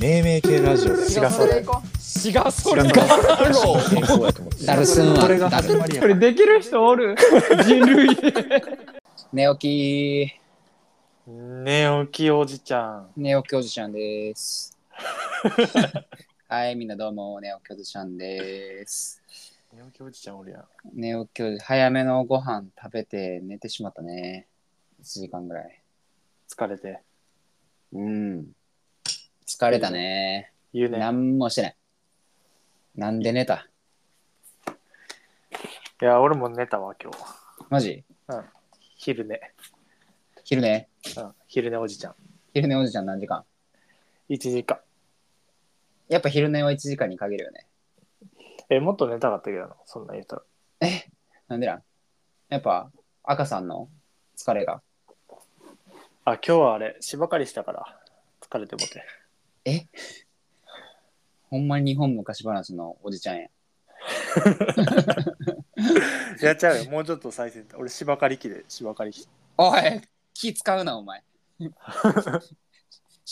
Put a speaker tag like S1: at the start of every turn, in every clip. S1: 命名系ラジオだよ
S2: 違うそれ行こ
S3: 違うそれ
S1: 違う
S3: か
S1: 健康やと思って
S4: ダルスンは
S2: これが
S4: ダル
S3: これできる人おる人類
S4: 寝起き
S2: う寝起きおじちゃん
S4: 寝起きおじちゃん です。はい、みんなどうも、寝起きおじちゃんです。
S2: 寝起きおじちゃんおるやん
S4: 寝起きおじ、早めのご飯食べて寝てしまったね。1時間ぐらい。
S2: 疲れて
S4: うん。疲れたね。
S2: 言うね
S4: 何もしてない。なんで寝た
S2: いや俺も寝たわ今日
S4: マジ
S2: 昼寝、
S4: 昼寝
S2: うん、昼寝おじちゃん
S4: 昼寝おじちゃん何時間
S2: 1時間
S4: やっぱ昼寝は1時間に限るよね。
S2: えもっと寝たかったけどなそんなん言ったら
S4: えなんでなんやっぱ赤さんの疲れが。
S2: あ今日はあれ芝刈りしたから疲れてもて
S4: ほんまに日本昔話のおじちゃんや。
S2: やっちゃうよもうちょっと再生俺芝刈り機で芝刈り機
S4: おい、気使うな、お前。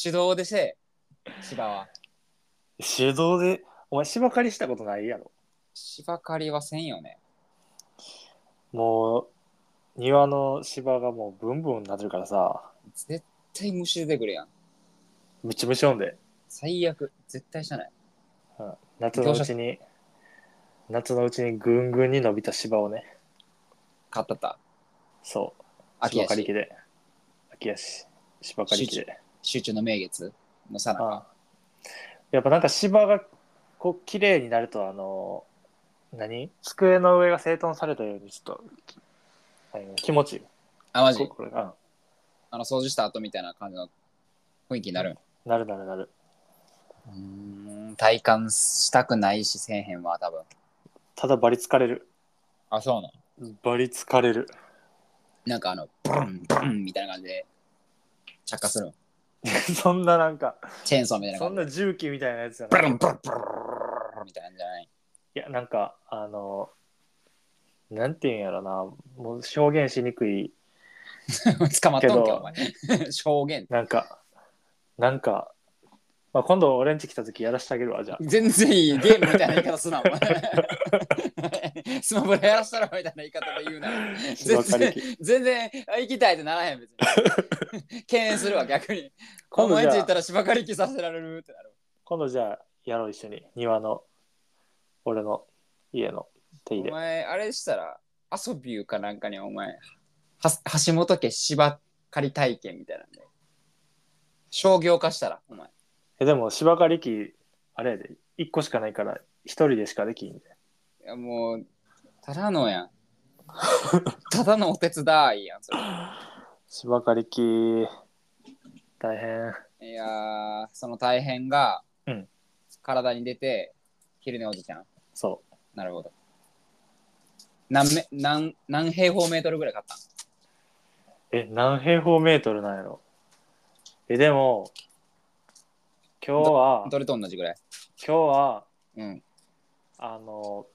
S4: 手動でせえ、芝は。
S2: 手動でお前芝刈りしたことないやろ
S4: 芝刈りはせんよね。
S2: もう庭の芝がもうブンブンなってるからさ
S4: 絶対虫出てくるやん。
S2: むちむちんで
S4: 最悪。絶対したない。
S2: 夏のうちに夏のうちにぐんぐんに伸びた芝をね
S4: 買ったった。
S2: そう
S4: 秋
S2: 芝
S4: や
S2: 刈り
S4: し
S2: 機で秋やし芝刈り機で
S4: 集中の名月のさな
S2: あやっぱなんか芝がこう綺麗になるとあの何机の上が整頓されたようにちょっときあの気持ちいい
S4: あ、マジ
S2: ここれが
S4: あの、掃除した後みたいな感じの雰囲気になるん。
S2: うんなるなるなる
S4: うーん、体感したくないし、せえへんわ、多分。
S2: ただバリ疲れる
S4: あ、そうなの
S2: バリ疲れる
S4: なんかあの、ブルンブルンみたいな感じで、着火するん。
S2: そんななんか、
S4: チェーンソーみたいな
S2: そ
S4: 感
S2: ん
S4: じ
S2: な重機みたいなやつじゃ
S4: ブ
S2: ない。
S4: ルン
S2: い
S4: ブルンブルンブルンみたいなんじゃない
S2: や、なんか、あの、なんていうんやろな、もう表現しにくい、
S4: 捕まっとんけ
S2: けど
S4: お前 証言
S2: なんか、なんか、まあ、今度俺んち来た時やらしてあげるわ、じゃあ。
S4: 全然いいゲームみたいな言い方すなお前 スマブラやらしたらみたいな言い方で言うな 全
S2: 芝刈り
S4: 然
S2: 機
S4: 全然あ行きたいってならへん別に 敬遠するわ逆にこ
S2: 今
S4: の
S2: 度
S4: 毎日
S2: じゃあ
S4: 行ったら芝刈り機させられるってなる
S2: 今度じゃあやろう、一緒に。庭の、俺の家の手入
S4: お
S2: れ。
S4: 前あれしたら遊びゅうかなんかにお前は橋本家芝刈り体験みたいなんで商業化したらお前
S2: え、でも、芝刈り機、あれやで、一個しかないから、一人でしかできんで。
S4: いやもう、ただのやん。ただのお手伝いやん、そ
S2: 芝刈り機、大変。
S4: れ。いやー、その大変が、
S2: うん
S4: 体に出て、昼寝おじちゃん。
S2: そ
S4: なるほど。何め何何平方メートルぐらい買ったん
S2: う。え、何平方メートルなんやろえ、でも、今日は、今
S4: どれと同じぐらい。
S2: 日は、
S4: うん。
S2: あの、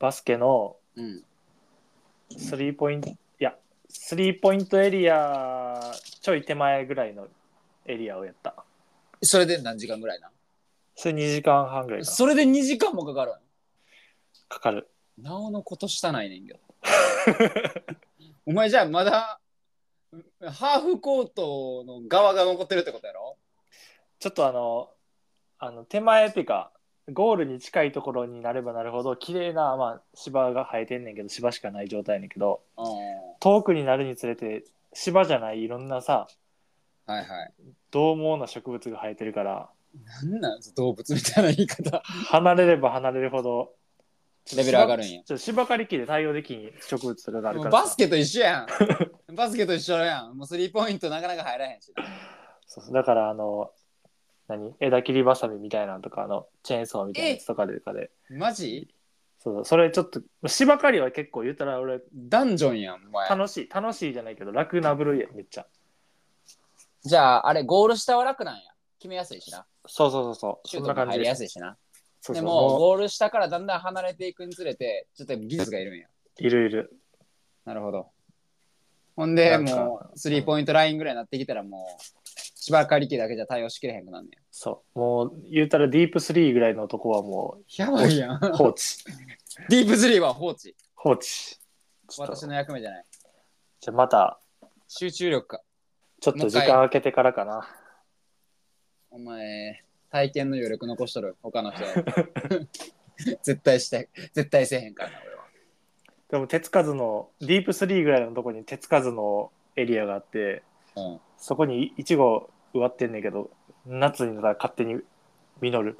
S2: バスケの
S4: うん。
S2: スリーポイント、いや、スリーポイントエリア、ちょい手前ぐらいのエリアをやった。
S4: それで何時間ぐらいな
S2: それ2時間半ぐらいか
S4: それで2時間もかかる
S2: かかる。
S4: んなおのことしたないねんけ ど。お前じゃあまだ、ハーフコートの側が残ってるってことやろ
S2: ちょっとあの、あの手前っていうか、ゴールに近いところになればなるほど、綺麗な、まあ、芝が生えてんねんけど、芝しかない状態やねんけど、
S4: うん。
S2: 遠くになるにつれて、芝じゃないいろんなさ、
S4: はいはい。
S2: 獰猛な植物が生えてるから
S4: なんなんです動物みたいな言い方。
S2: 離れれば離れるほど
S4: レベル上がるんや
S2: ちょっと芝刈り機で対応できん植物がある
S4: も
S2: か
S4: う
S2: ら
S4: バスケと一緒や ん。バスケと一緒やん。もうスリーポイントなかなか入らへんしな。
S2: そうそうだからあの何枝切りばさみみたいなのとかあのチェーンソーみたいなやつとかでとかで
S4: マジ
S2: そうそうそれちょっと芝刈りは結構言ったら俺
S4: ダンジョンやん、お前。
S2: 楽しい楽しいじゃないけど楽な部類やめっちゃ
S4: じゃあ、あれ、ゴール下は楽なんや。決めやすいしな。
S2: そうそうそうそう
S4: シ
S2: そ
S4: ュート
S2: んな
S4: も
S2: 感
S4: 入
S2: じ
S4: り
S2: で
S4: や
S2: す
S4: すいしな。
S2: そうそ
S4: で
S2: う
S4: も、
S2: も
S4: ゴール下からだんだん離れていくにつれて、ちょっと技術がいるんや。
S2: ういるいる
S4: なるほど。ほんで、
S2: なんか
S4: もう、スリーポイントラインぐらいになってきたら、もう、芝刈り機だけじゃ対応しきれへんくなんねん。
S2: そう。もう、言うたらディープスリーぐらいの男はも
S4: やばいやん。
S2: う、放置。
S4: ディープスリーは放置。
S2: 放置。ちょっと
S4: 私の役目じゃない。
S2: じゃあまた、
S4: 集中力か。
S2: ちょっと時間空けてからかな。
S4: お前、体験の余力残しとる、他の人。 絶対して、絶対せえへんからな、俺は。
S2: でも手つかずのディープスリーぐらいのとこに手つかずのエリアがあって
S4: うん、
S2: そこにいちご植わってんねんけど夏になったら勝手に実る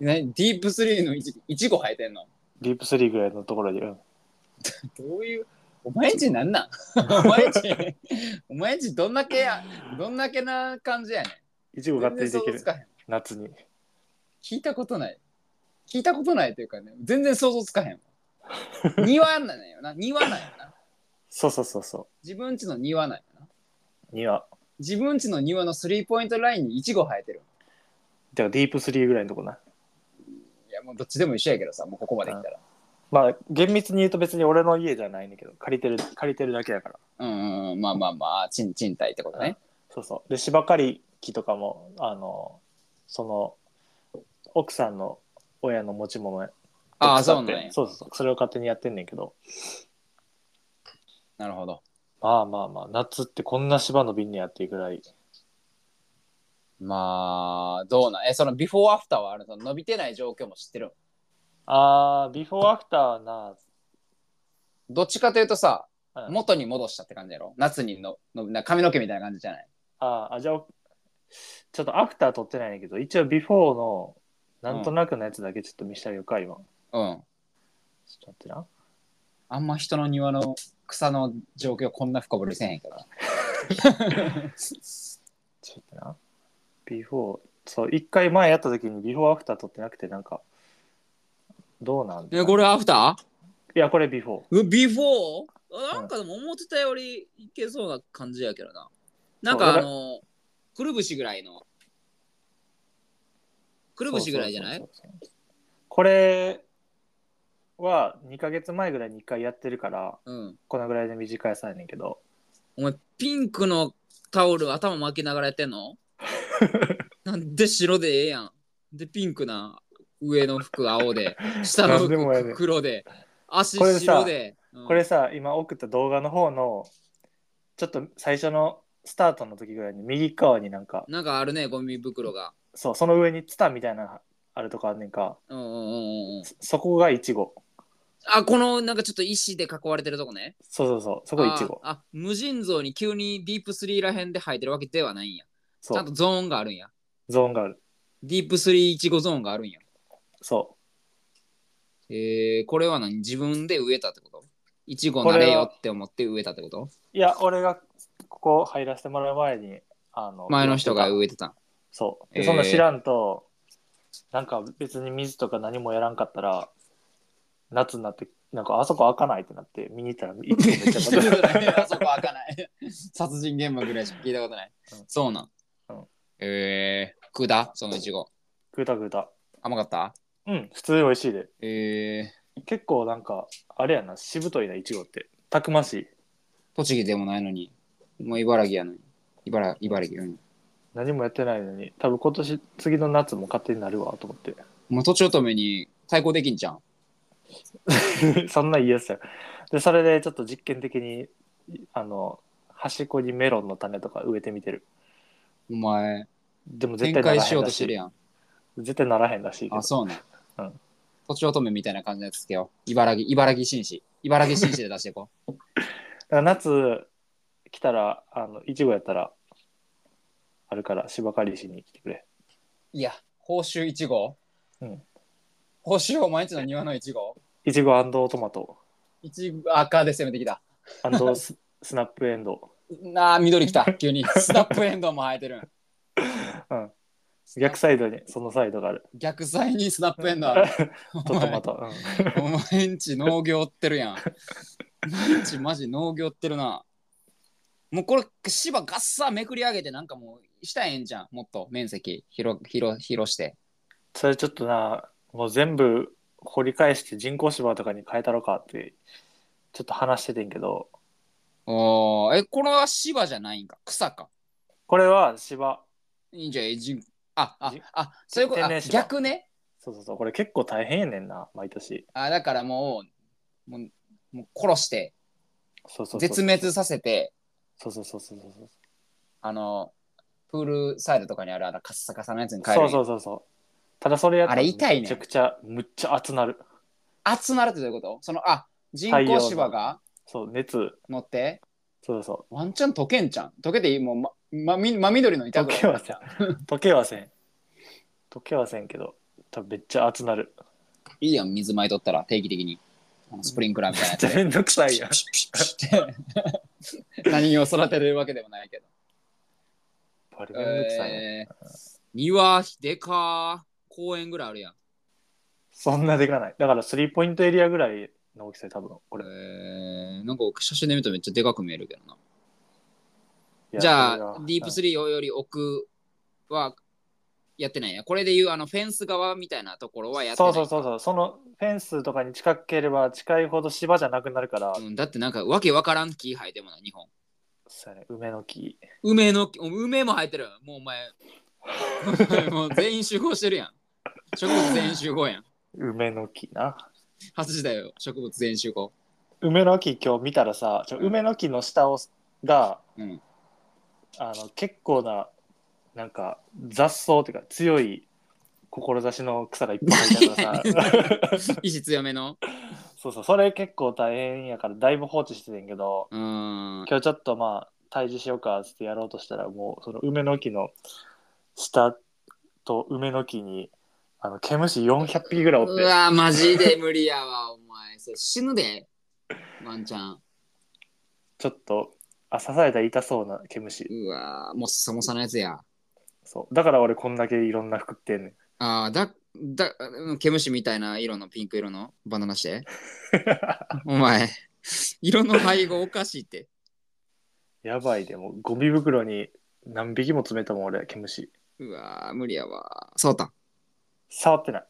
S4: 何ディープスリーのいちいちご生えてんの
S2: ディープスリーぐらいのところに、うん
S4: どういう、お前んちなんなん お前んち、お前んちどんだけや、どんだけな感じやねん。
S2: いちご勝手にで
S4: 全
S2: き
S4: 然想像
S2: る
S4: つかへん。
S2: 夏に
S4: 聞いたことない。聞いたことないというかね、全然想像つかへんわ。庭なんよな、庭なんよな。
S2: そうそうそうそ
S4: 自分ちの庭なんよな。
S2: う庭
S4: 自分ちの庭のスリーポイントラインにイチゴ生えてる。
S2: だからディープスリーぐらいのとこない
S4: や、もうどっちでも一緒やけどさ、もうここまで来たら。
S2: まあ厳密に言うと別に俺の家じゃないねんだけど借りてる借りてるだけだか
S4: う
S2: ら
S4: んうんうん、まあまあまあ、賃賃貸ってことね。
S2: そうそうで芝刈り機とかもあのその奥さんの親の持ち物や
S4: ああ、
S2: 使っ
S4: そう
S2: て
S4: なんや。
S2: そうそうそうそれを勝手にやってんねんけど
S4: なるほど。
S2: まあまあまあ、夏ってこんな芝の瓶にやっていうぐらい。
S4: まあ、どうなんえ、そのビフォーアフターはあるの伸びてない状況も知ってる
S2: ああ、ビフォーアフターはな、
S4: どっちかというとさ、
S2: うん
S4: 元に戻したって感じやろ夏にののな髪の毛みたいな感じじゃない
S2: あーあ、じゃあ、ちょっとアフター撮ってないんだけど、一応ビフォーの、なんとなくのやつだけちょっと見せてあげようか、今。ちょ
S4: うん。
S2: っと待ってな。
S4: あんま人の庭の草の状況こんな深掘りせえへんから。
S2: ちょっと待ってな。ビフォー、そう、一回前やった時にビフォーアフター撮ってなくて、なんか、どうなんだ
S4: れアフタ
S2: いや、これビフォー。
S4: ービフォー
S2: なん
S4: かでも思ってたよりいけそうな感じやけどな。
S2: なんかあ
S4: の、くるぶしぐらいの。くる
S2: そうそうそうそうこれは2ヶ月前ぐらいに1回やってるから、
S4: うん。
S2: このぐらいで短いやつやねんけど、
S4: お前ピンクのタオル頭巻きながらやってん のなんで白でええやん。でピンクな上の服青で下の
S2: なんでもや
S4: 服
S2: ねん
S4: 黒で足
S2: これさ
S4: 白で。うん
S2: これさ今送った動画の方のちょっと最初のスタートの時ぐらいに右側になんか
S4: なんかあるねゴミ袋が。
S2: そうその上にツタみたいなのあるとこあんねんか
S4: うんうんうんうん。
S2: そそこがイチゴ
S4: あこのなんかちょっと石で囲われてるとこね。
S2: そうそうそうそこイチゴ
S4: ああ無尽蔵に急にディープスリーらへんで生えてるわけではないんや。ち
S2: そ
S4: ゃん
S2: う
S4: とゾーンがあるんや。
S2: ゾーンがある
S4: ディープスリーいちごゾーンがあるんや。
S2: そ
S4: えー、これは何自分で植えたってこといちごなれよって思って植えたってこと
S2: ういや俺がここ入らせてもらう前にあの
S4: 前の人が植えて た。
S2: そう
S4: え
S2: で
S4: ー
S2: そんな知らんと、なんか別に水とか何もやらんかったら夏になってなんかあそこ開かないってなって見に行ったらイチゴめっちゃ
S4: 聞いたこ
S2: 戻る
S4: と ないあそこ開かない。 殺人現場ぐらいしか聞いたことない。
S2: うん
S4: そうなん。
S2: うん
S4: えー、食うたそのいちご。
S2: 食うた食うた
S4: 甘かった
S2: うん普通に美味しいで
S4: えー、
S2: 結構なんかあれやなしぶといないちごってたくましい
S4: 栃木でもないのに、もう茨城やのに。茨茨城やのに。
S2: 何もやってないのに多分今年次の夏も勝手になるわと思って
S4: もう土地乙女に対抗できんじゃん。
S2: そんないいやつやでそれでちょっと実験的にあの端っこにメロンの種とか植えてみてる
S4: お前、
S2: でも絶
S4: 展
S2: 対な
S4: 開
S2: ら
S4: し
S2: へん
S4: よう
S2: ら
S4: と
S2: し
S4: してる
S2: い
S4: やん。
S2: 絶対ならへんらしいけど
S4: あ、そうなん。
S2: うん
S4: 土地乙女みたいな感じのやつつけよう。茨城、茨城紳士。茨城紳士で出していこう。
S2: だから夏来たらあのいちごやったらあるから芝刈りしに来てく れ
S4: いや、報酬1号
S2: うん。
S4: 報酬お前んちの庭の1号
S2: いちごトマト
S4: 一赤で攻めてきた。
S2: ススナップエンドウ
S4: なあ、緑き た、急に。スナップエンドウも生えてる。
S2: うん逆サイドにそのサイドがある
S4: 逆サイにスナップエンド ウある。
S2: とトマト、うん
S4: お前んち農業ってるやん。お前んちマジ農業ってるな。もうこれ芝ガッサめくり上げてなんかもうしたらええんじゃん。もっと面積広広広して。
S2: それちょっとなもう全部掘り返して人工芝とかに変えたろかってちょっと話しててんけど
S4: おーえ、これは芝じゃないんか。草か。
S2: これは芝。
S4: いいんじゃえじんああ
S2: じ
S4: あそういうことあ
S2: 天然芝
S4: 逆ね
S2: そうそうそう。これ結構大変やねんな、毎年。
S4: あだからもうもうもう殺して
S2: そうそうそう
S4: 絶滅させて
S2: そうそうそうそうそう。
S4: あのプールサイドとかにあるあのカッサカサのやつに変える
S2: そうそうそうそう。ただそれやったら
S4: あれ痛いねん
S2: めちゃくちゃ、むっちゃ熱なる。
S4: 熱なるってどういうことそのあ人
S2: 太陽
S4: 工
S2: の
S4: 芝が
S2: そう、熱。
S4: 乗って
S2: そうそ
S4: ワンチャン溶けんじゃん溶けていいもうままみ真緑の
S2: う。
S4: 板
S2: 溶
S4: ぐらい
S2: けはせん。溶けはせん。溶けはせんけど、多分めっちゃ熱なる。
S4: いいやん水まいとったら定期的にあのスプリンクラーみたいなや
S2: めっ
S4: つ
S2: ちゃめんどくさい
S4: で
S2: やん。
S4: ピシッピシッピシッって 何を育てるわけでもないけど
S2: バ リめんどくさいやん。
S4: えー庭でかー公園ぐらいあるやん。
S2: そんなでかない。だからスリーポイントエリアぐらいの大きさで多分これ。
S4: えー、なんか写真で見るとめっちゃでかく見えるけどな。
S2: いや
S4: じゃ
S2: これ
S4: あ
S2: は、
S4: ディープスリーより奥はやってないや。これでいうあのフェンス側みたいなところはやってな
S2: そ
S4: い。
S2: うそうそうそうそのフェンスとかに近ければ近いほど芝じゃなくなるから、
S4: うんだってなんかわけわからん木生えてもない、日本。
S2: そうやね梅の木
S4: 梅の木、梅も生えてる。もうお前、 もう全員集合してるやん。植物全員集合やん。
S2: 梅の木な
S4: 初時代よ、植物全員集合。
S2: 梅の木今日見たらさちょ梅の木の下をが
S4: うん。
S2: あの結構ななんか雑草っていうか強い志の草がいっぱい入って るからさ
S4: 意志強めの。
S2: そうそうそれ結構大変やからだいぶ放置しててんけど
S4: うーん。
S2: 今日ちょっとまあ退治しようかっつってやろうとしたらもうその梅の木の下と梅の木にあの毛虫400匹ぐらいおって
S4: うわ、マジで無理やわ、お前。それ死ぬで、ワンちゃん。
S2: ちょっとあ刺されたら痛そうな毛虫
S4: うわ、もっさもさのやつや。
S2: そうだから俺こんだけいろんな服ってんねん
S4: ああ、だ、だ、うん毛虫みたいな色のピンク色のバナナ して。お前、色の配合おかしいって。
S2: やばいでもうゴミ袋に何匹も詰めたもん俺毛虫
S4: うわ、無理やわ。そうたん。
S2: 触ってな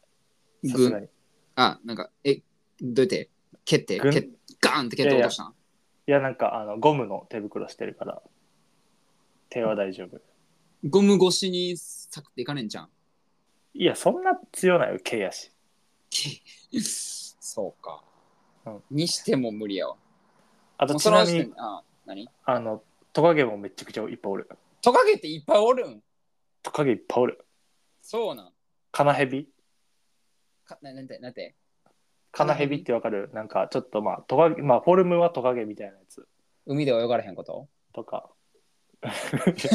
S2: いさすがに
S4: あ、なんか、え、どうやって蹴って、
S2: ぐん
S4: 蹴っガーンって蹴って落としたん
S2: いやなんかあのゴムの手袋してるから手は大丈夫
S4: ゴム越しにサクっていかねんじゃん。
S2: いやそんな強ないよ毛やし
S4: そうか
S2: うん。
S4: にしても無理やわ。
S2: あ
S4: も
S2: と
S4: う
S2: ち
S4: その
S2: な
S4: 時
S2: みに
S4: 点あ、何
S2: あのトカゲもめちゃくちゃいっぱいおる
S4: トカゲっていっぱいおるん
S2: トカゲいっぱいおる
S4: そうなん。
S2: カナヘビ
S4: かななんて、なんて。
S2: カナヘビってわかるなんかちょっとまあトカゲまあフォルムはトカゲみたいなやつ
S4: 海で泳がれへん こと
S2: とか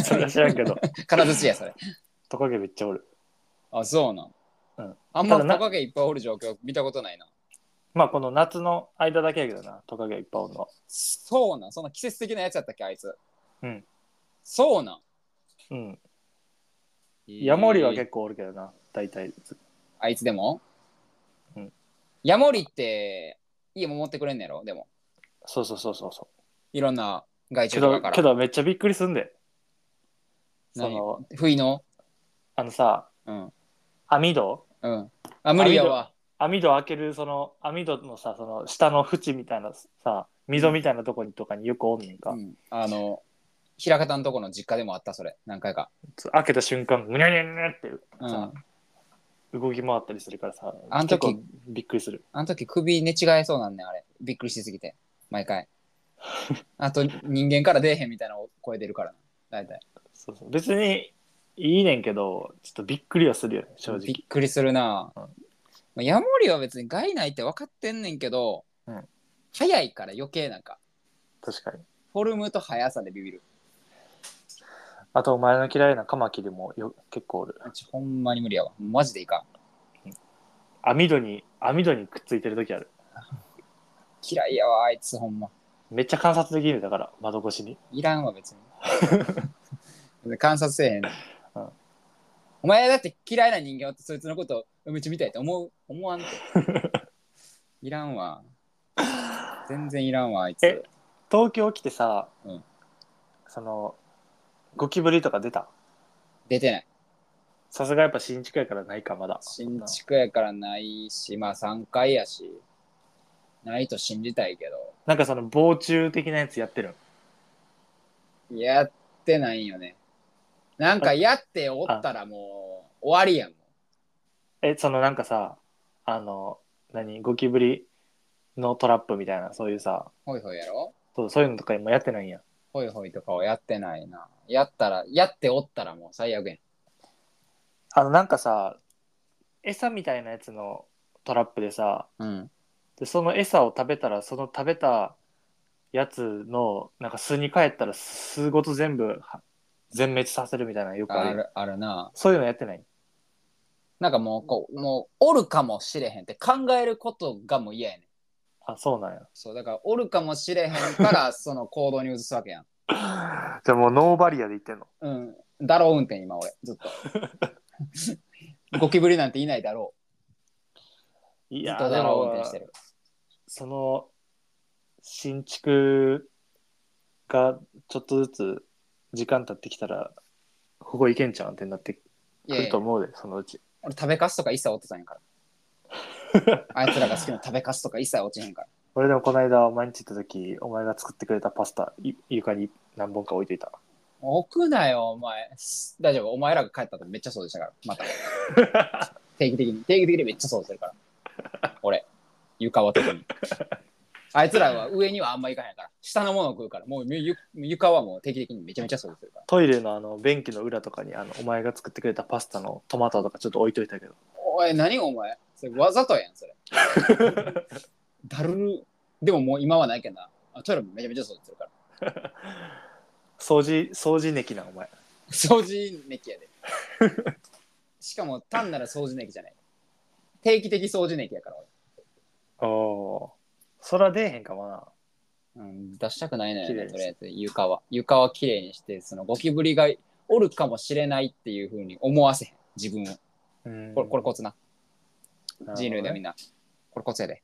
S2: それは知らんけど
S4: 金槌や、それ。
S2: トカゲめっちゃおる
S4: あ、そうなん。
S2: うん
S4: あん
S2: た
S4: ま
S2: だな
S4: トカゲいっぱいおる状況見たことないな。
S2: まあこの夏の間だけやけどなトカゲいっぱいおるの
S4: そうなん。そんな季節的なやつやったっけ、あいつ。
S2: うん。
S4: そうなん。
S2: うんヤモリは結構おるけどな大体
S4: あいつでも
S2: うん。
S4: ヤモリって、家も持ってくれんねやろ、でも。
S2: そうそうそうそうそう
S4: いろんな害虫
S2: け
S4: とか
S2: ど
S4: から。
S2: けどめっちゃびっくりすんでそ
S4: 何
S2: の
S4: 不意の。
S2: あのさ
S4: うん。
S2: 網戸
S4: うん。あ、無理やわ。
S2: 網戸開けるその網戸のさその下の縁みたいなさ溝みたいなとこにとかによくおんねんか、
S4: うんあの、平方のとこの実家でもあった、それ。何回か。
S2: 開けた瞬間ぐにゃぐにゃぐにゃって
S4: うん。
S2: さ、動き回ったりするからさ
S4: あん時
S2: 結構びっくりする
S4: あの時首寝違えそうなんねんあれ。びっくりしすぎて。毎 回。あと人間から出えへんみたいな声出るからな。大体。
S2: そうそう別にいいねんけどちょっとびっくりはするよね正直
S4: びっくりするな、
S2: うん
S4: まあヤモリは別に害ないって分かってんねんけど、
S2: うん
S4: 早いから余計なんか。
S2: 確かに
S4: フォルムと速さでビビる。
S2: あとお前の嫌いなカマキリもよ結構おる
S4: うちほんまに無理やわ。マジでいかん。
S2: 網戸に網戸にくっついてる時ある
S4: 嫌いやわ、あいつほんま。
S2: めっちゃ観察できるんだから窓越しに
S4: いらんわ、別に。 観察せえへん。
S2: ん
S4: お前だって嫌いな人間ってそいつのことめっちゃ見たいって思う思わんって。いらんわ。全然いらんわ、あいつ。
S2: え東京来てさ、
S4: うん
S2: そのゴキブリとか出た
S4: 出てない。
S2: さすがやっぱ新築やからないかまだ
S4: 新築やからないし、まあ3回やし。ないと信じたいけど。
S2: なんかその防虫的なやつやってる
S4: やってないんよね。なんかやっておったらもう終わりやん。
S2: え、そのなんかさ、あの、何、ゴキブリのトラップみたいな、そういうさ、
S4: ほいほいやろ
S2: そうそういうのとか今やってないんや。
S4: ほいほいとかをやってないな。やったら、やっておったらもう最悪やん。
S2: あの、なんかさ、餌みたいなやつのトラップでさ、
S4: うん。
S2: でその餌を食べたら、その食べたやつの、なんか巣に帰ったら、巣ごと全部は全滅させるみたいなのよくある
S4: あ
S2: やん
S4: る、あるな。
S2: そういうのやってない
S4: なんかもう、こう、もう、おるかもしれへんって考えることがもう嫌やねん。
S2: あ、そうなんや。
S4: そう、だから、おるかもしれへん から、その行動に移すわけやん。
S2: じゃあもうノーバリアで言ってんの
S4: うん。だろう運転、今、俺、ずっ と。ゴキブリなんていないだろ。
S2: いう
S4: ずっ
S2: や
S4: と
S2: ーで
S4: だろう運
S2: も
S4: 転してる。
S2: その新築がちょっとずつ時間経ってきたらここ行けんちゃうんってなって
S4: い
S2: く
S4: やい
S2: る
S4: や
S2: と、思うでそのうち
S4: 俺、食べかすとか一切落とさへんから。 あいつらが好きな食べかすとか一切落ちへんから。
S2: 俺でもこの間お前んち行った時お前が作ってくれたパスタい床に何本か置いといた
S4: 置くなよ、お前。大丈夫、お前らが帰ったとめっちゃそうでしたから、また。定期的に、定期的にめっちゃそうするから。俺、床は特に。あいつらは上にはあんま行かへんから、下のものを食うから、もうゆ床はもう定期的にめちゃめちゃそうでするから。
S2: トイレのあの便器の裏とかにあのお前が作ってくれたパスタのトマトとかちょっと置いといたけど
S4: おい、何お前。それわざとやん、それ。だるる。でももう今はないけどな。あトイレもめちゃめちゃそうでするから。
S2: 掃除掃除ネキなお前
S4: 掃除ネキやで。しかも単なる掃除ネキじゃない。定期的掃除ネキやから、俺
S2: おおそら出えへんかもな
S4: うん、出したくないのよ
S2: 綺
S4: ね、
S2: 麗です
S4: とりあえず床は。床は綺麗にして、そのゴキブリがおるかもしれないっていうふうに思わせへん、自分を。
S2: うん
S4: これ、これコツな。
S2: なるほどね
S4: 人類でみんな。これコツやで、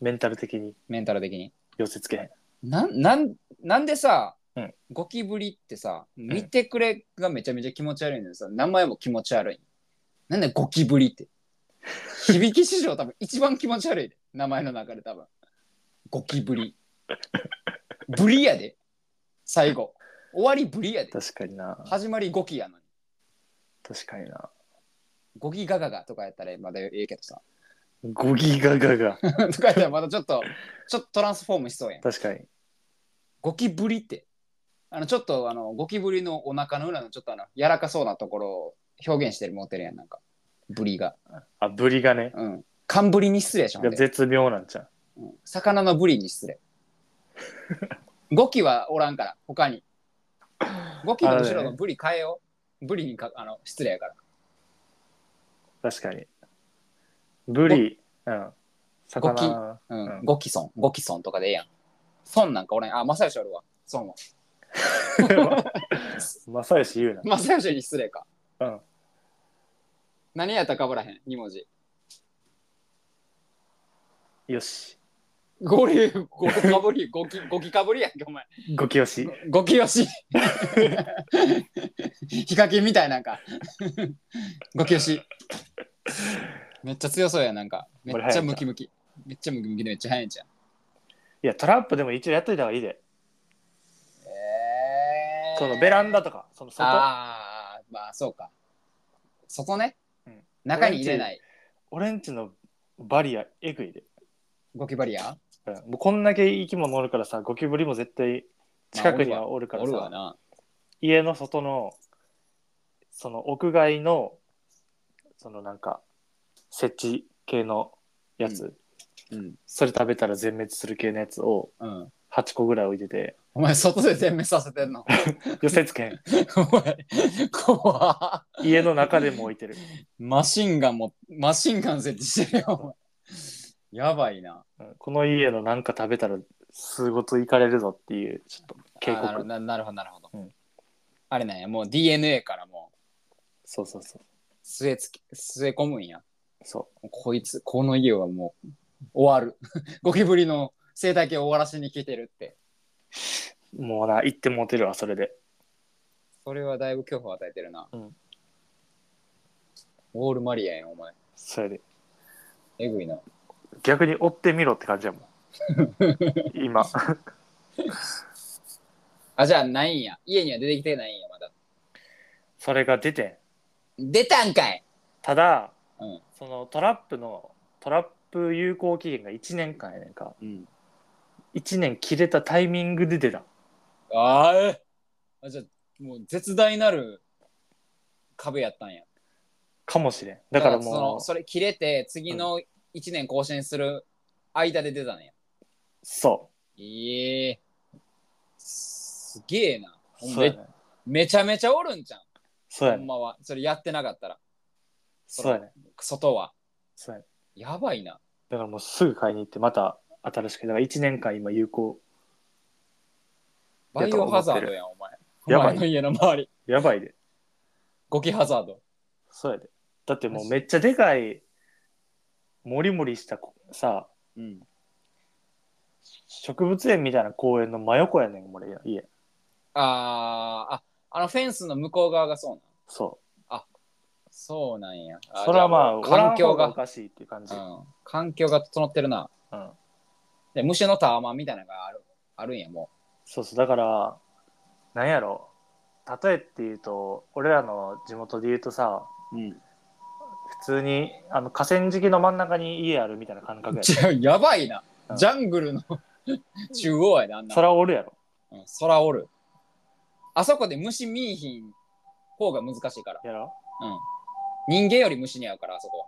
S2: メンタル的に
S4: メンタル的に。
S2: 寄せつけへん
S4: なん、なん、なんでさ、
S2: うん
S4: ゴキブリってさ、見てくれがめちゃめちゃ気持ち悪いのにさ、名前も気持ち悪い。なんでゴキブリって。響き史上多分一番気持ち悪いで、名前の中で多分。ゴキブリ。ブリやで。最後。終わりブリやで。
S2: 確かにな
S4: 始まりゴキやのに。
S2: 確かにな
S4: ゴキガガガとかやったらまだええけどさ。
S2: ゴギガガガ
S4: とかやったらまだちょっと、ちょっとトランスフォームしそうやん。
S2: 確かに
S4: ゴキブリって。あの、ちょっとあの、ゴキブリのお腹の裏のちょっとあの、柔らかそうなところを表現してる持ってるやん、なんか。ブリが。
S2: あブリがね
S4: うん。寒ブリに失礼しょ、ほんで
S2: 絶妙なんちゃう
S4: うん魚のブリに 失礼。ゴキはおらんから、他に。ゴキの後ろのブリ変えよう。ブリにか、あの、失礼やから。
S2: 確かにブリうん
S4: ゴキ
S2: 魚
S4: うん、
S2: うん
S4: ゴキソン、ゴキソンとかでええやん。ソンなんかおらん。あ、正義おるわ。ソンは。
S2: 正義言う
S4: 正義に失礼か。
S2: なうん
S4: 何やったかぶらへん、2文字。
S2: よし
S4: ゴリ、ゴキかぶり、ゴキ、ゴキかぶりやんけ、お前。
S2: ゴキよし
S4: ゴキよし。 ヒカキンみたいなんか。ゴキよし。めっちゃ強そうやん、なんか。めっちゃムキムキ。めっちゃムキムキでめっちゃ速いんじゃん。
S2: いやトラップでも一応やっといた方がいいで
S4: え
S2: そのベランダとかその外
S4: ああ、まあそうか。そこね。
S2: うん
S4: 中に入れない。
S2: 俺んちのバリアえぐいで、
S4: ゴキバリア
S2: うん、もうこんだけ生き物おるからさゴキブリも絶対近くにはおるから
S4: お
S2: さ、
S4: るわな。
S2: 家の外のその屋外のそのなんか設置系のやつ、
S4: うん。
S2: それ食べたら全滅する系のやつを
S4: うん。
S2: 8個ぐらい置いてて
S4: お前、外で全滅させ てんの。
S2: 寄せつけ ん
S4: お前、怖っ
S2: 家の中でも置いてる、
S4: マシンガンも、マシンガン設置してるよ。お前やばいな。
S2: うんこの家のなんか食べたら数ごといかれるぞっていうちょっと警
S4: あなる
S2: 告
S4: ななるほど、なるほど。
S2: うん
S4: あれなんや、もう DNA からもう
S2: そうそうそう
S4: 据えつけ、据え込むんや。
S2: そ
S4: こいつ、この家はもう終わる。 ゴキブリの生態系を終わらしに来てるって。
S2: うもうな行ってもうてるわそれで
S4: それはだいぶ恐怖を与えてるな。
S2: うん
S4: ウォールマリアやん、お前。
S2: それで
S4: えぐいな。
S2: 逆に追ってみろって感じやもん 今
S4: あ、じゃあないんや。家には出てきてないんや、まだ。
S2: それが出てん
S4: 出たんかい
S2: ただ、
S4: うん
S2: そのトラップのトラップ有効期限が1年間やねんか
S4: うん。
S2: 1年切れたタイミングで出た
S4: あーえあ。じゃあもう絶大なる壁やったんや。
S2: かもしれんだから
S4: そ
S2: もう
S4: のそれ切れて次の1年更新する間で出たんや。
S2: そ
S4: ええすげえな。
S2: う
S4: ほん
S2: そう
S4: で
S2: やねん
S4: めちゃめちゃおるんじゃん。
S2: そうや
S4: ほ
S2: ね
S4: ん
S2: ん
S4: まは。それやってなかったら、
S2: そうやねん
S4: 外は。
S2: そうやねん
S4: やばいな。
S2: だからもうすぐ買いに行ってまた新しくだから1年間今有効
S4: バイオハザードやん、お前。
S2: やばい
S4: お前の家の周り。
S2: やばいで
S4: ゴキハザード。
S2: そうやでだってもうめっちゃでかいもりもりしたこさ
S4: うん。
S2: 植物園みたいな公園の真横やねん俺家
S4: あーあ、あのフェンスの向こう側がそうなん。
S2: そ
S4: そうなんや。
S2: うそれはまあ
S4: じゃ環境
S2: おらん方お
S4: が、
S2: かしいっていう感じ、
S4: う
S2: うん
S4: ん、環境が整ってるな。で、虫のタワマンみたいなのがあるあるんや、も
S2: そうそうだからなんやろ例えっていうと俺らの地元で言うとさ
S4: う。うん。
S2: 普通にあの河川敷の真ん中に家あるみたいな感覚やで
S4: じゃあやばいな
S2: う。ん
S4: ジャング ルの中央やで、あんな。
S2: そらおるやろ
S4: うん、空おる。あそこで虫見いひん方が難しいから。
S2: やろ
S4: うん。人間より虫に合うから、あそこは。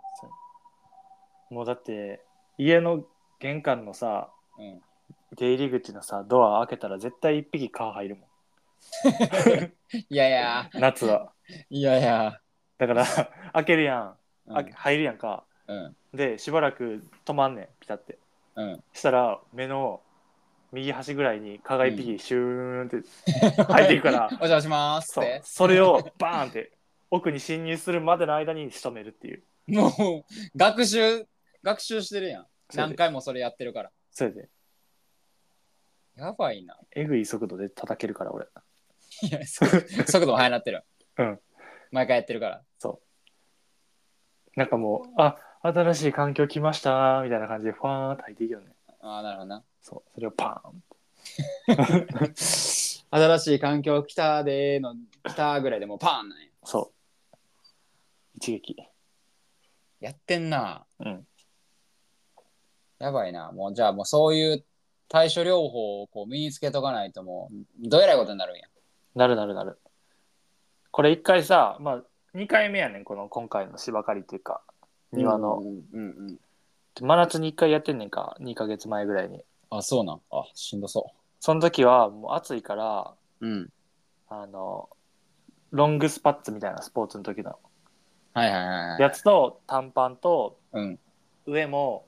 S2: もうだって家の玄関のさ
S4: うん。
S2: 出入り口のさドア開けたら絶対一匹蚊入るも
S4: いやいや、
S2: ん夏は
S4: いやいや。
S2: だから開けるやん、
S4: う
S2: あ
S4: ん。
S2: 入るやんか
S4: うん。
S2: でしばらく止まんねんピタって
S4: うん、
S2: したら目の右端ぐらいに蚊が一匹シューンっ て入っていくから、
S4: お邪魔します
S2: そ
S4: っ
S2: う
S4: て。
S2: それをバーンって奥に侵入するまでの間に仕留めるっていう
S4: もう、学習、学習してるやん。
S2: そうやで
S4: 何回もそれやってるから。
S2: それで
S4: やばいな。
S2: えぐい速度で叩けるから俺
S4: いや、そ 速度も速なってる。
S2: うん。
S4: 毎回やってるから。
S2: なんかもうあ新しい環境来ましたみたいな感じでファーンって入っていくよね
S4: ああ、なるほどな。
S2: そうそれをパーン
S4: 新しい環境来たでーの、来たぐらいでもうパーンなんや。
S2: そう一撃
S4: やってんな。
S2: うん。
S4: やばいな。もうじゃあもうそういう対処療法をこう身につけとかないともう、どえらいことになるんや。
S2: なるなるなるこれ一回さまあ2回目やねんこの今回の芝刈りっていうか庭の、
S4: うんうんうん。
S2: 真夏に1回やってんねんか2ヶ月前ぐらいに
S4: あ、そうなん。あ、しんどそ
S2: その時はもう暑いから
S4: う。うん。
S2: あのロングスパッツみたいなスポーツの時の
S4: はいはいはいはい。
S2: やつと短パンと
S4: うん。
S2: 上も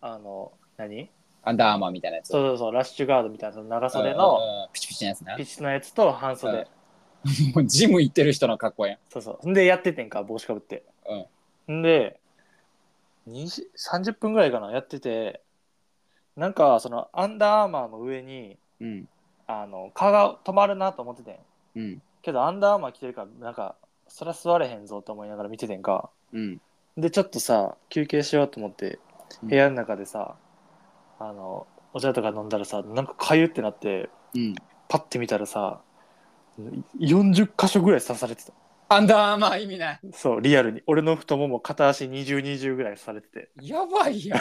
S2: あの何
S4: アンダーアーマーみたいなやつ。
S2: そうそうそうラッシュガードみたいなその長袖の
S4: うんうんうん。ピチピチのやつな
S2: ピ。ッチのやつと半袖、
S4: うんもうジム行ってる人の格好やん。
S2: そうそうんでやっててんか帽子かぶってんで20 30分ぐらいかなやっててなんかそのアンダーアーマーの上に
S4: うん。うん。
S2: あの蚊が止まるなと思っててん
S4: うん。
S2: けどアンダーアーマー着てるからなんかそりゃ座れへんぞと思いながら見ててんか
S4: うん。
S2: でちょっとさ休憩しようと思って
S4: うん
S2: 部屋の中でさ、あのお茶とか飲んだらさなんかかゆってなって
S4: うん。
S2: パッて見たらさ40箇所ぐらい刺されてた
S4: アンダーアーマー意味ない。
S2: そうリアルに俺の太もも片足2020ぐらい刺されてて
S4: やばいやん。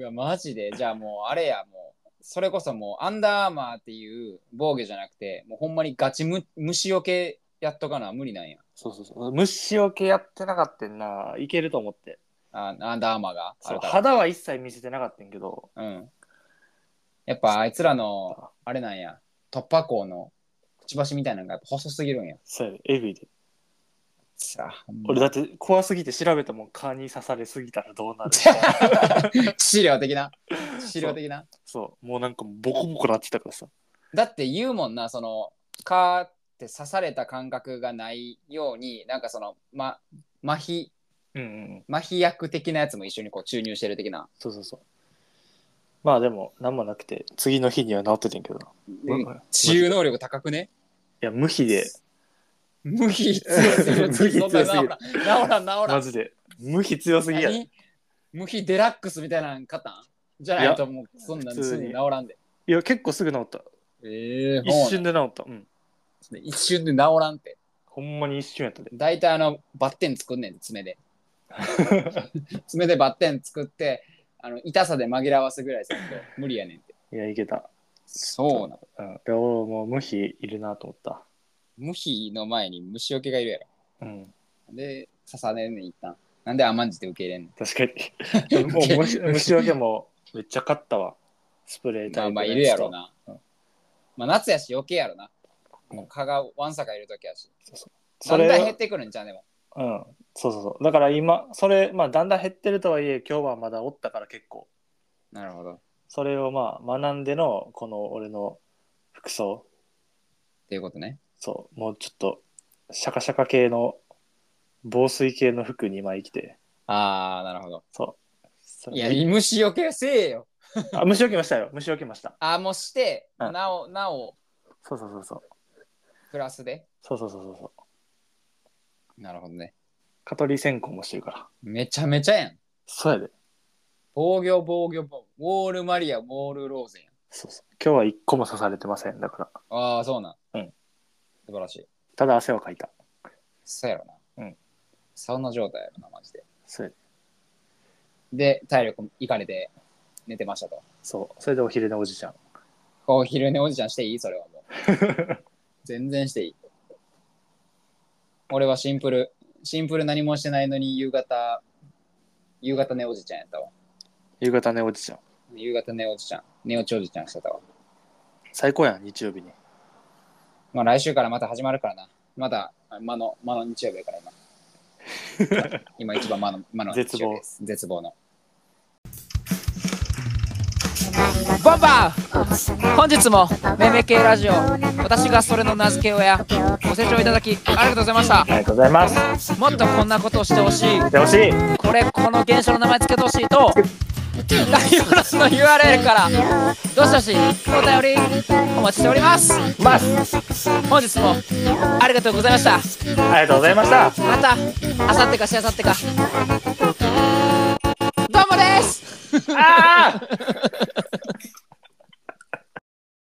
S4: うわ、マジで。じゃあもう、あれや、もう、それこそもう、アンダーアーマーっていう防御じゃなくて、もうほんまにガチむ虫よけやっとかな、無理なんや。
S2: そうそうそう虫よけやってなかったんないけると思って
S4: あアンダーアーマーがあ
S2: そう
S4: るか
S2: 肌は一切見せてなかったんやけど
S4: ら。うん。やっぱ、あいつらの、あれなんや、突破口のくちばしみたいなのがやっぱ細すぎるんや。
S2: そうやでエグいで
S4: さあ、ほんま
S2: 俺だって怖すぎて調べたもん蚊に刺されすぎたらどうなる か
S4: 資料的な。資料的な。
S2: そうもうなんかボコボコなってたからさ
S4: だって言うもんなそのカーって刺された感覚がないようになんかそのま麻痺
S2: うんうんうん
S4: 麻痺薬的なやつも一緒にこう注入してる的な、
S2: そうそうそう。まあでも、何もなくて、次の日には治っててんけどな。
S4: うん
S2: い
S4: 治癒能力高くね
S2: や、無比で、
S4: 無比強すぎる
S2: 無比強すぎる
S4: そんな治らん治らん治ら
S2: マ
S4: ん
S2: ジで、無比強すぎや。い
S4: 何無比デラックスみたいなの買ったんじゃないともうそんなん
S2: 普通
S4: す
S2: に
S4: ぐ治らんで
S2: や、結構すぐ治った。
S4: ええ
S2: 一瞬で治った。うん。
S4: 一瞬で治らんって。
S2: ほんまに一瞬やったで。
S4: 大体あの、バッテン作んねん、爪で。爪でバッテン作って、あの痛さで紛らわすぐらいすると無理やねんって。
S2: いや、いけた。
S4: そうなの。
S2: うん。で、俺もう無比いるなと思った。
S4: 無比の前に虫除けがいるやろ。
S2: うん。
S4: で、刺さねんねん、一旦。なんで甘んじて受け入れんの
S2: 確 かに。もう虫虫除けもめっちゃ勝ったわ。スプレー
S4: ま
S2: タ
S4: あ
S2: イプ
S4: まあい
S2: のつと
S4: るやろ。な。
S2: うん
S4: まあ夏やし余計やろな。蚊がわんさかいるときやし。
S2: そ
S4: だん
S2: れ
S4: だん減ってくるんじゃうでも。
S2: うん。そうそうそう。だから今、それ、まあだんだん減ってるとはいえ、今日はまだおったから結構。
S4: なるほど。っ
S2: それをまあ学んでの、この俺の服装。
S4: ていうことね。
S2: そう。もうちょっと、シャカシャカ系の、防水系の服に今生きて。
S4: ああ、なるほど。
S2: そう。それ
S4: いや、虫除けせえよ。
S2: あ、虫除けましたよ。虫除けました。
S4: ああ、もうして、
S2: うん
S4: なお、なお、
S2: そうそうそうそう。
S4: プラスで。
S2: そうそうそうそうそう。
S4: なるほどね。
S2: 蚊取り線香もしてるから。
S4: めちゃめちゃやん。
S2: そうやで。
S4: 防御、防御、防御。ウォールマリア、ウォールローゼンやん。
S2: そうそう。今日は一個も刺されてません。だから。
S4: ああ、そうなん。
S2: うん。
S4: 素晴らしい。
S2: ただ汗はかいた。
S4: そうやろな。
S2: うん。
S4: サウナ状態やろな、マジで。
S2: そうやで
S4: で、体力もいかれて寝てましたと。
S2: そう。それでお昼寝おじちゃん。
S4: お昼寝おじちゃんしていいそれはもう。全然していい。俺はシンプル。シンプル何もしてないのに夕方、夕方寝おじちゃんやったわ。
S2: 夕方寝おじちゃん。
S4: 夕方寝おじちゃん。寝落ちおじちゃんしてたわ。
S2: 最高やん、日曜日に。
S4: まあ来週からまた始まるからな。まだ、あ魔の、魔の日曜日やから今。 今一番魔の、魔の日曜日です。絶望の。
S5: バン
S6: バ
S5: バ
S6: ンバ
S5: ン本日もめめ系ラジオ私がそれの名付け親ご
S6: ご
S5: 清
S6: 清
S5: 聴
S6: 聴
S5: いた
S6: いた
S5: だ
S6: だ
S5: き
S6: き
S5: あ
S6: あ
S5: り
S6: り
S5: が
S6: が
S5: と
S6: と
S5: う
S6: う
S5: ござ
S6: ござ
S5: い
S6: い
S5: ま
S6: ま
S5: し
S6: したた
S2: ありがとうございます。
S5: もっとこんなことをしてほしい
S2: してほしい。
S5: これこの現象の名前付けてほしいと概要欄の URL からどしどしお便りお待ちしております
S2: ます。
S5: 本日もありがとうございました
S2: ありがとうございました。
S5: また明後日かしあさってかどうもです
S2: ああ